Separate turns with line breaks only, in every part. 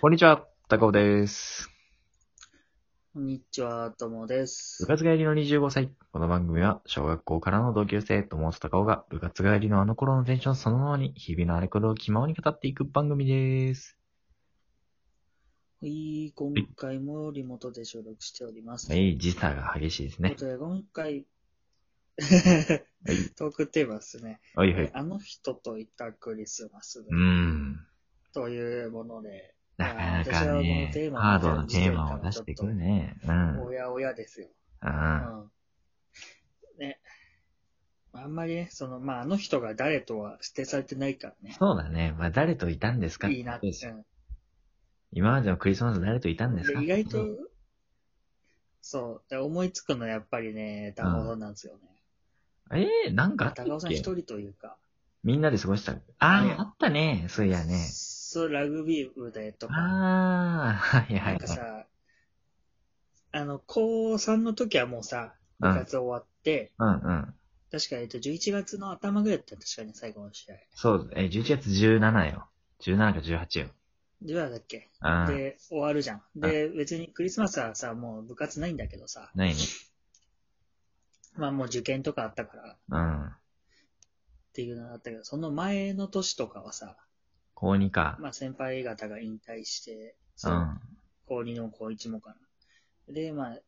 こんにちは、高尾です。
こんにちは、ともです
部。活帰りの25歳。この番組は、小学校からの同級生、友達高尾が、部活帰りのあの頃のテンションそのままに、日々のあれこれを気ままに語っていく番組です。
はい、今回もリモートで収録しております。
は。い、時差が激しいです
という
ね
こ。とで、今回、
はい
トークテーマですね。
はいはい。
あの人といたクリスマス
うーん。
というもので、
なかなかね、ハードなテーマを出してくるね。うん。
おやおやですよ。う
うん。
ん。ね。あんまりね、その、まあ、あの人が誰とは指定されてないからね。
そうだね。まあ、誰といたんですか
いいなって。
そううん今までのクリスマス誰といたんですか
で意外
う
と
ん、
そう。で思いつくのはやっぱりね、ダモドなんですよね。
えー、なんかあった
高尾
っ
さん
け
一人というか、
みんなで過ごした。あ
ね
あ、あったね。そういやね。
そう、ラグビー部でとか、
ああ、はいは
ない
は
んか
い。
さ、あの、高3の時はもうさ、
う
部
ん、
活終わって、
うん、うん。
確か、えっと、11月の頭ぐらいだったよ確かに最後の試合。
そう、えー、11月17よ。17か18よ。
ではだっけ
うん。
で、終わるじゃん。で、別にクリスマスはさ、もう部活ないんだけどさ、
ないね。
まあもう受験とかあったからっ
うん。
ていうのだったけど、その前の年とかはさ、
高2か。
まあ先輩方が引退して、
う。
そうん高2も高1もかな。で、まあ、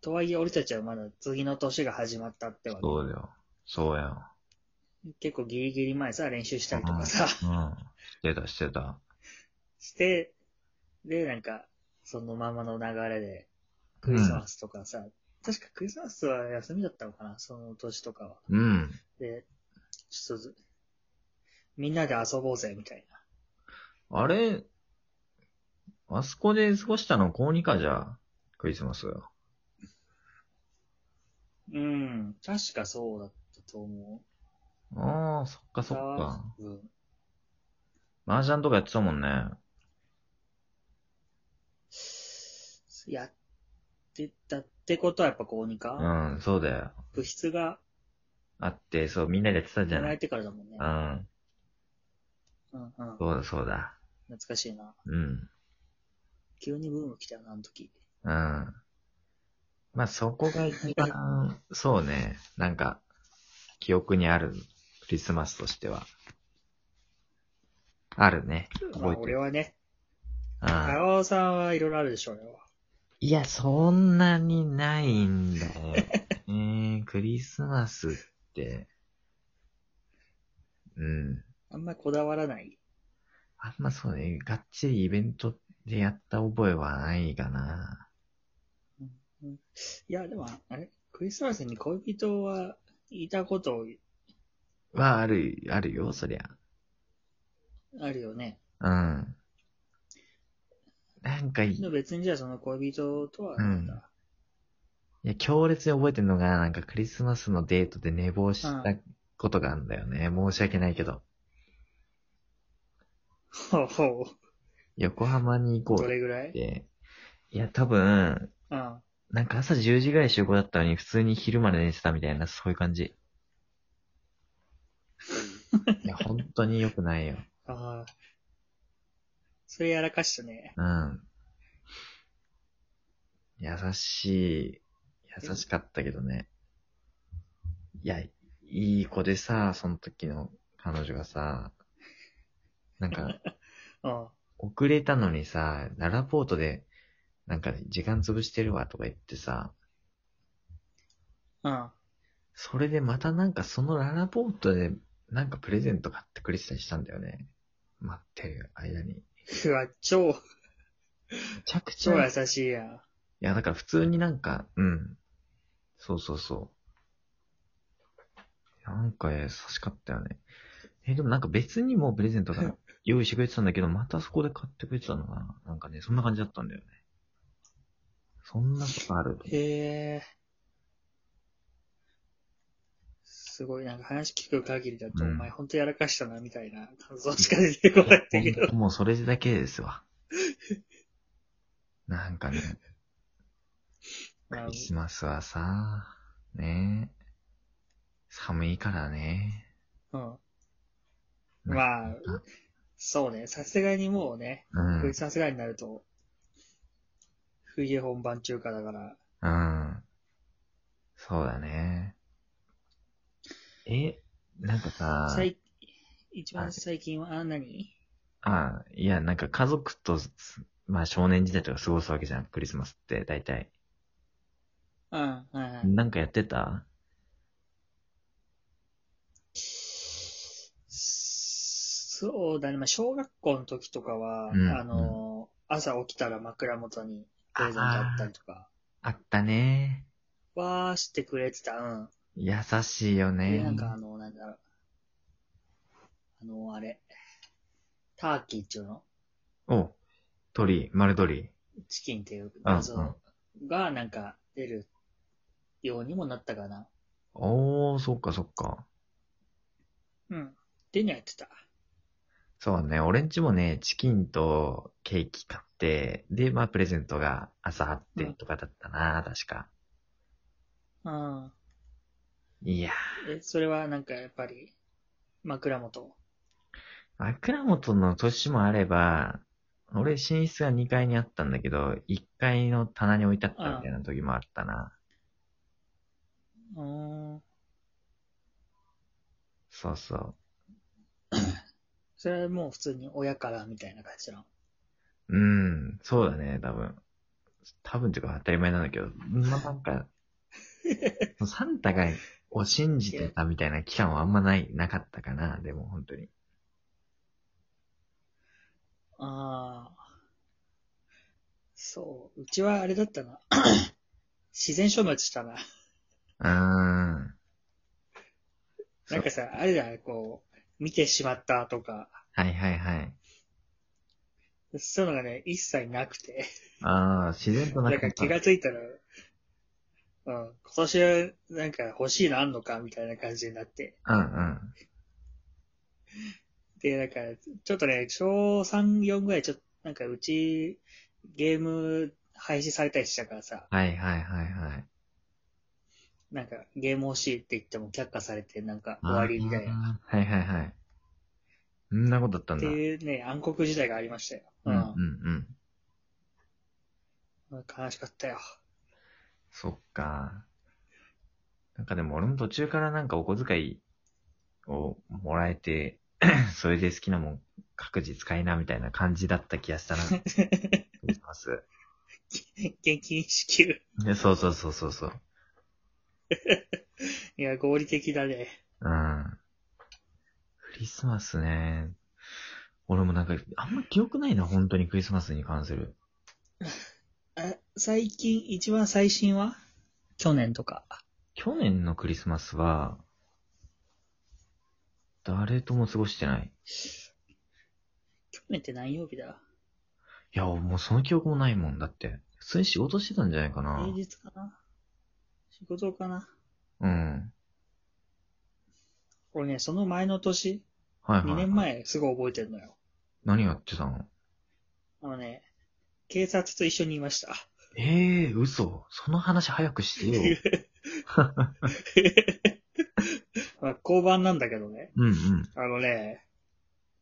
とはいえ俺たちはまだ次の年が始まったってわけ。
そうだよ。そうやよ。
結構ギリギリ前さ、練習したりとかさ、
うん。してた、してた。
して、で、なんか、そのままの流れで、クリスマスとかさ、確かクリスマスは休みだったのかな、その年とかは。
うん。
で、ちょっとず、みんなで遊ぼうぜ、みたいな。
あれ、あそこで過ごしたの高2かじゃあ。クリスマスは。
うん、確かそうだったと思う。
ああ、そっかそっか。
多分
麻雀とかやってたもんね。
やってたってことはやっぱ高2か、
うん、そうだよ。
部室が
あって、そう、みんなでやってたじゃ
生ま
な
れ
い。
てからだもんね
う。ん。
うんうん。懐
そうだ、そうだ。
かしいな。
うん。
急にブーム来たよな、あの時。
うんまあそこが一番、そうね、なんか、記憶にあるクリスマスとしては。あるね。
ま
覚
あ
え、て
俺
る。
はね、
うん
長尾さんはいろいろあるでしょうよ。
いや、そんなにないんだよ。え ー、クリスマスって、うん。
あんまりこだわらない。
あんまそうね、がっちりイベントでやった覚えはないかな。
いや、でも、あれクリスマスに恋人はいたこと
は、ある、あるよ、そりゃ。
あるよね。
うん。なんかい、
でも別にじゃあその恋人とはなんだ、
いや、強烈に覚えてるのが、なんかクリスマスのデートで寝坊したことがあるんだよね。申し訳ないけど。
ほうほ
横浜に行こ
う。ど
うっ
れぐらい
て。いや、多分、
うん。
なんか朝10時ぐらい集合だったのに、普通に昼まで寝てたみたいな、そういう感 じ。いや、本当に良くないよ。
ああ。それやらかしたね。
うん。優しい、優しかったけどね。いや、いい子でさ、その時の彼女がさ、なんか、
うん。
遅れたのにさ、ララポートで、なんか、時間潰してるわとか言ってさ、
うん。
それでまたなんかそのララポートで、なんかプレゼント買ってくれてたりしたんだよね。待ってる間に。め
うわ、超、
ちゃくち
超
ゃ
優しいやん。
いや、だから普通になんか、うん。そうそうそう。なんか優しかったよね。え、でもなんか別にもうプレゼント が用意してくれてたんだけど、またそこで買ってくれてたのかななんかね、そんな感じだったんだよね。そんなことある
へえ。すごい、なんか話聞く限りだと、
うん
お前ほんとやらかしたな、みたいな感想しか出てこないんだけど。
もうそれだけですわ。なん かね、ク
まあ
リスマスはさ、ね寒いからね。
うん。
なん
まあ
か
そうね、さすがにもうね、
うん。う
ク
ん
リ。スマスぐらいになると、冬本番中華だから、
そうだね。え、なんかさ、
最、一
は
番
い
最近は、あ、何
あいや、なんか家族と、まあ少年時代とか過ごすわけじゃん、クリスマスって、大体。
うん、はいはい。
なんかやってた
そうだね、まあ、小学校の時とかは、
うん
あのー、朝起きたら枕元にプレゼントあったりとか、
あったね。
わーしてくれてた、うん。
優しいよ
で、
ね。
なんかあの、なんだろう。あの、あれ。ターキーっていうの
お、鳥、丸鳥。
チキンっていう
うん
謎がなんか出るようにもなったかな。
おー、そっかそっか。
うん。でにやってた。
そうね、俺んちもね、チキンとケーキ買って、で、まあプレゼントが朝あって
うん
とかだったな、確か。
うん。
いや
え、それはなんかやっぱり、枕元。
ー、枕元の年もあれば、俺寝室が2階にあったんだけど、1階の棚に置いてあったみたいな時もあったな。
うーん。
そうそう。
それはもう普通に親からみたいな感じなの。
うん、そうだね、多分。多分っていうか当たり前なんだけど、まあなん か、サンタがを信じてたみたいな期間はあんまない、なかったかな、でも本当に。
ああ。そう。うちはあれだったな。 自然消滅したな。
うーん。
なんかさ、あれだよ、こう、見てしまったとか、
はいはいはい。
そういうのがね、一切なくて。
ああ、自然とな
なん
か
か
った
気。がついたら、うん、今年はなんか欲しいのあんのかみたいな感じになって。
うんうん。
で、なんか、ちょっとね、小3、4ぐらい、ちょっと、なんかうち、ゲーム廃止されたりしたからさ、
はいはいはいはい。
なんかゲーム欲しいって言っても却下されて、なんか終わりみたいな。
あーはいはいはい。そんなことだったん
っ
だ。
て
うん
いうね、暗黒時代がありましたよ。
う
うんん。
うん。
悲しかったよ。
そっか。なんかでも俺も途中からなんかお小遣いをもらえて、 それで好きなもん各自使いなみたいな感じだった気がしたな。クリスマ ス
現金支給。
ねそうそうそうそうそう。
いや、合理的だね。
うん。クリスマスね。俺もなんか、あんま記憶ないな、本当にクリスマスに関する。
あ最近、一番最新は去年とか。
去年のクリスマスは、誰とも過ごしてない。
去年って何曜日だ
いや、もうその記憶もないもんだって。普通に仕事してたんじゃないかな。
平日かな仕事かな
うん。
俺ね、その前の年、
はいはい。
2年前、すごい覚えてるのよ。
何やってたの
あのね、警察と一緒にいました。
ええー、嘘。その話早くしてよ。
まあ、交番なんだけどね。
うんうん。
あのね、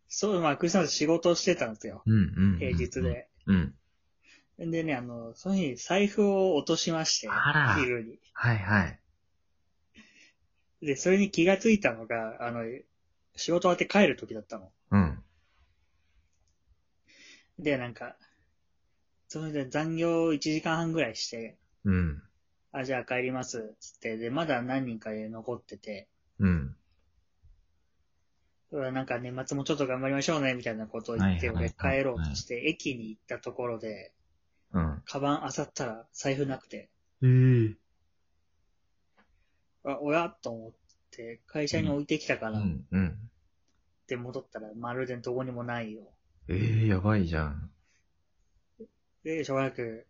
そう、まあ、クリスマス仕事をしてたんですよ。
うんうんうん。
平日。で。
うん。
でね、あの、その日、財布を落としまして
あら、
昼に。
はいはい。
で、それに気がついたのが、あの、仕事終わって帰る時だったの。
うん。
で、なんか、それで残業1時間半ぐらいして、
うん。
あ、じゃあ帰ります、つって、で、まだ何人か残ってて、
うん。
うわなんか年末もちょっと頑張りましょうね、みたいなことを言って、
はいはい
俺
はい
帰ろうとして、駅に行ったところで、
うん。
カバン漁ったら財布なくて、
ええ
あ、おやと思って、会社に置いてきたか
う
ら、っ
んうん。
て戻ったら、まるでどこにもないよ。
ええやばいじゃん。
で、しばらく、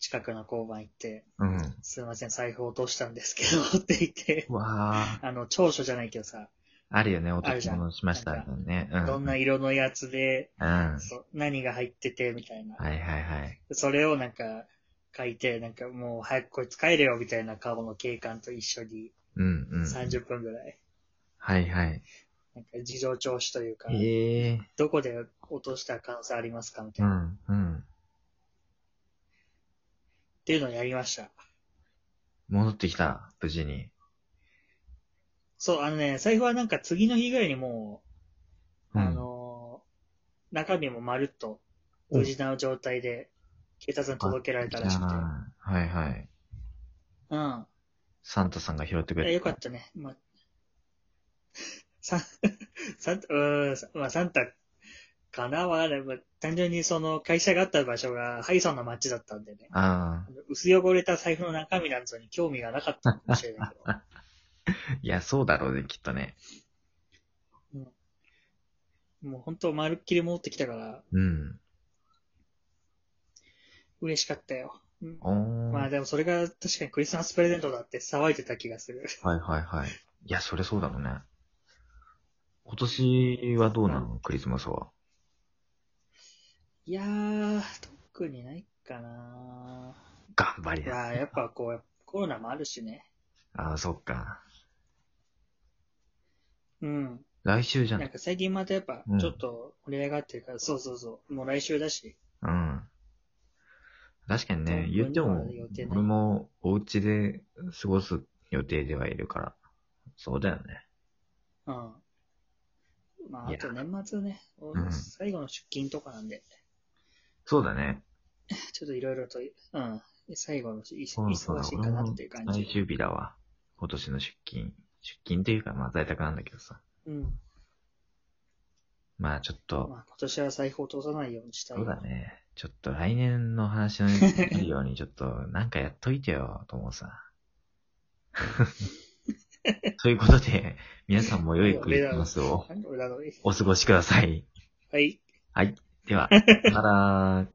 近くの交番行って、
うん。
すいません、財布落としたんですけど、 って言って、
わあ。
あの、長所じゃないけどさ、
あるよね、
あるじゃ
男
ん
のしました
なんか
ね。うん。
どんな色のやつで、
うん。は。
そう何が入ってて、みたいない
はいはい。
それをなんか書いて、なんかもう早くこいつ帰れよ、みたいな顔の警官と一緒に
うんうん。
30分ぐらい
はいはい。
なんか事情聴取というか、
へえ。
どこで落とした可能性ありますかみた
う
いな、っ
ん、うん。
ていうのをやりました。
戻ってきた、無事に。
そう、あのね、財布はなんか次の日ぐらいにもう、
うん
あのー中身もまるっと、無事な状態で、警察に届けられたらしくて。
あーはいはい。
うん。
サンタさんが拾ってく
いや
れ
よかったね。まあ、サン、サンタ、うーん、 さまあ、サンタかなは、まあ単純にその会社があった場所がハイソンの街だったんでね。
あ
あの薄汚れた財布の中身なんぞに興味がなかったかもしれないけど。
あ。いや、そうだろうね、きっとね。
もう本当まるっきり戻ってきたから、
うん。
嬉しかったよ。うん
おー。
まあ
はい
でもそれが確かにクリスマスプレゼントだって騒いでた気がする。
はいはい。いや、それそうだろうね。今年はどうなのクリスマスは。
いやー、特にないかな
頑張り
ま
だ。
あやっぱこう、コロナもあるしね。
ああ、そっか。
うん。
来週じゃ
なん
ん。
か最近またやっぱ
うん、
ちょっと盛り上がってるから、そうそうそう、もう来週だし、
うん。確かにね、
うん
言っても
予定、ない
俺もお家で過ごす予定ではいるから。そうだよね。
うん。
い
まあ、あ
や
と年末ね、
ん
最後の出勤とかなんで、
そうだね。
ちょっといろいろと、うん、最後のい
そうそう
忙しいかなっていう感
最
じ。
終日だわ。今年の出勤。出勤っていうか、まあ在宅なんだけどさ。
うん。
まあちょっ
まあ
と、
今年は財布を落とさないようにしたい。
そうだね。ちょっと来年の 話のないように、ちょっと、なんかやっといてよ、と思うさ。 ということで、皆さんも良いクリスマスを
なんで俺らの
お過ごしください。
はい。
では、さよなら。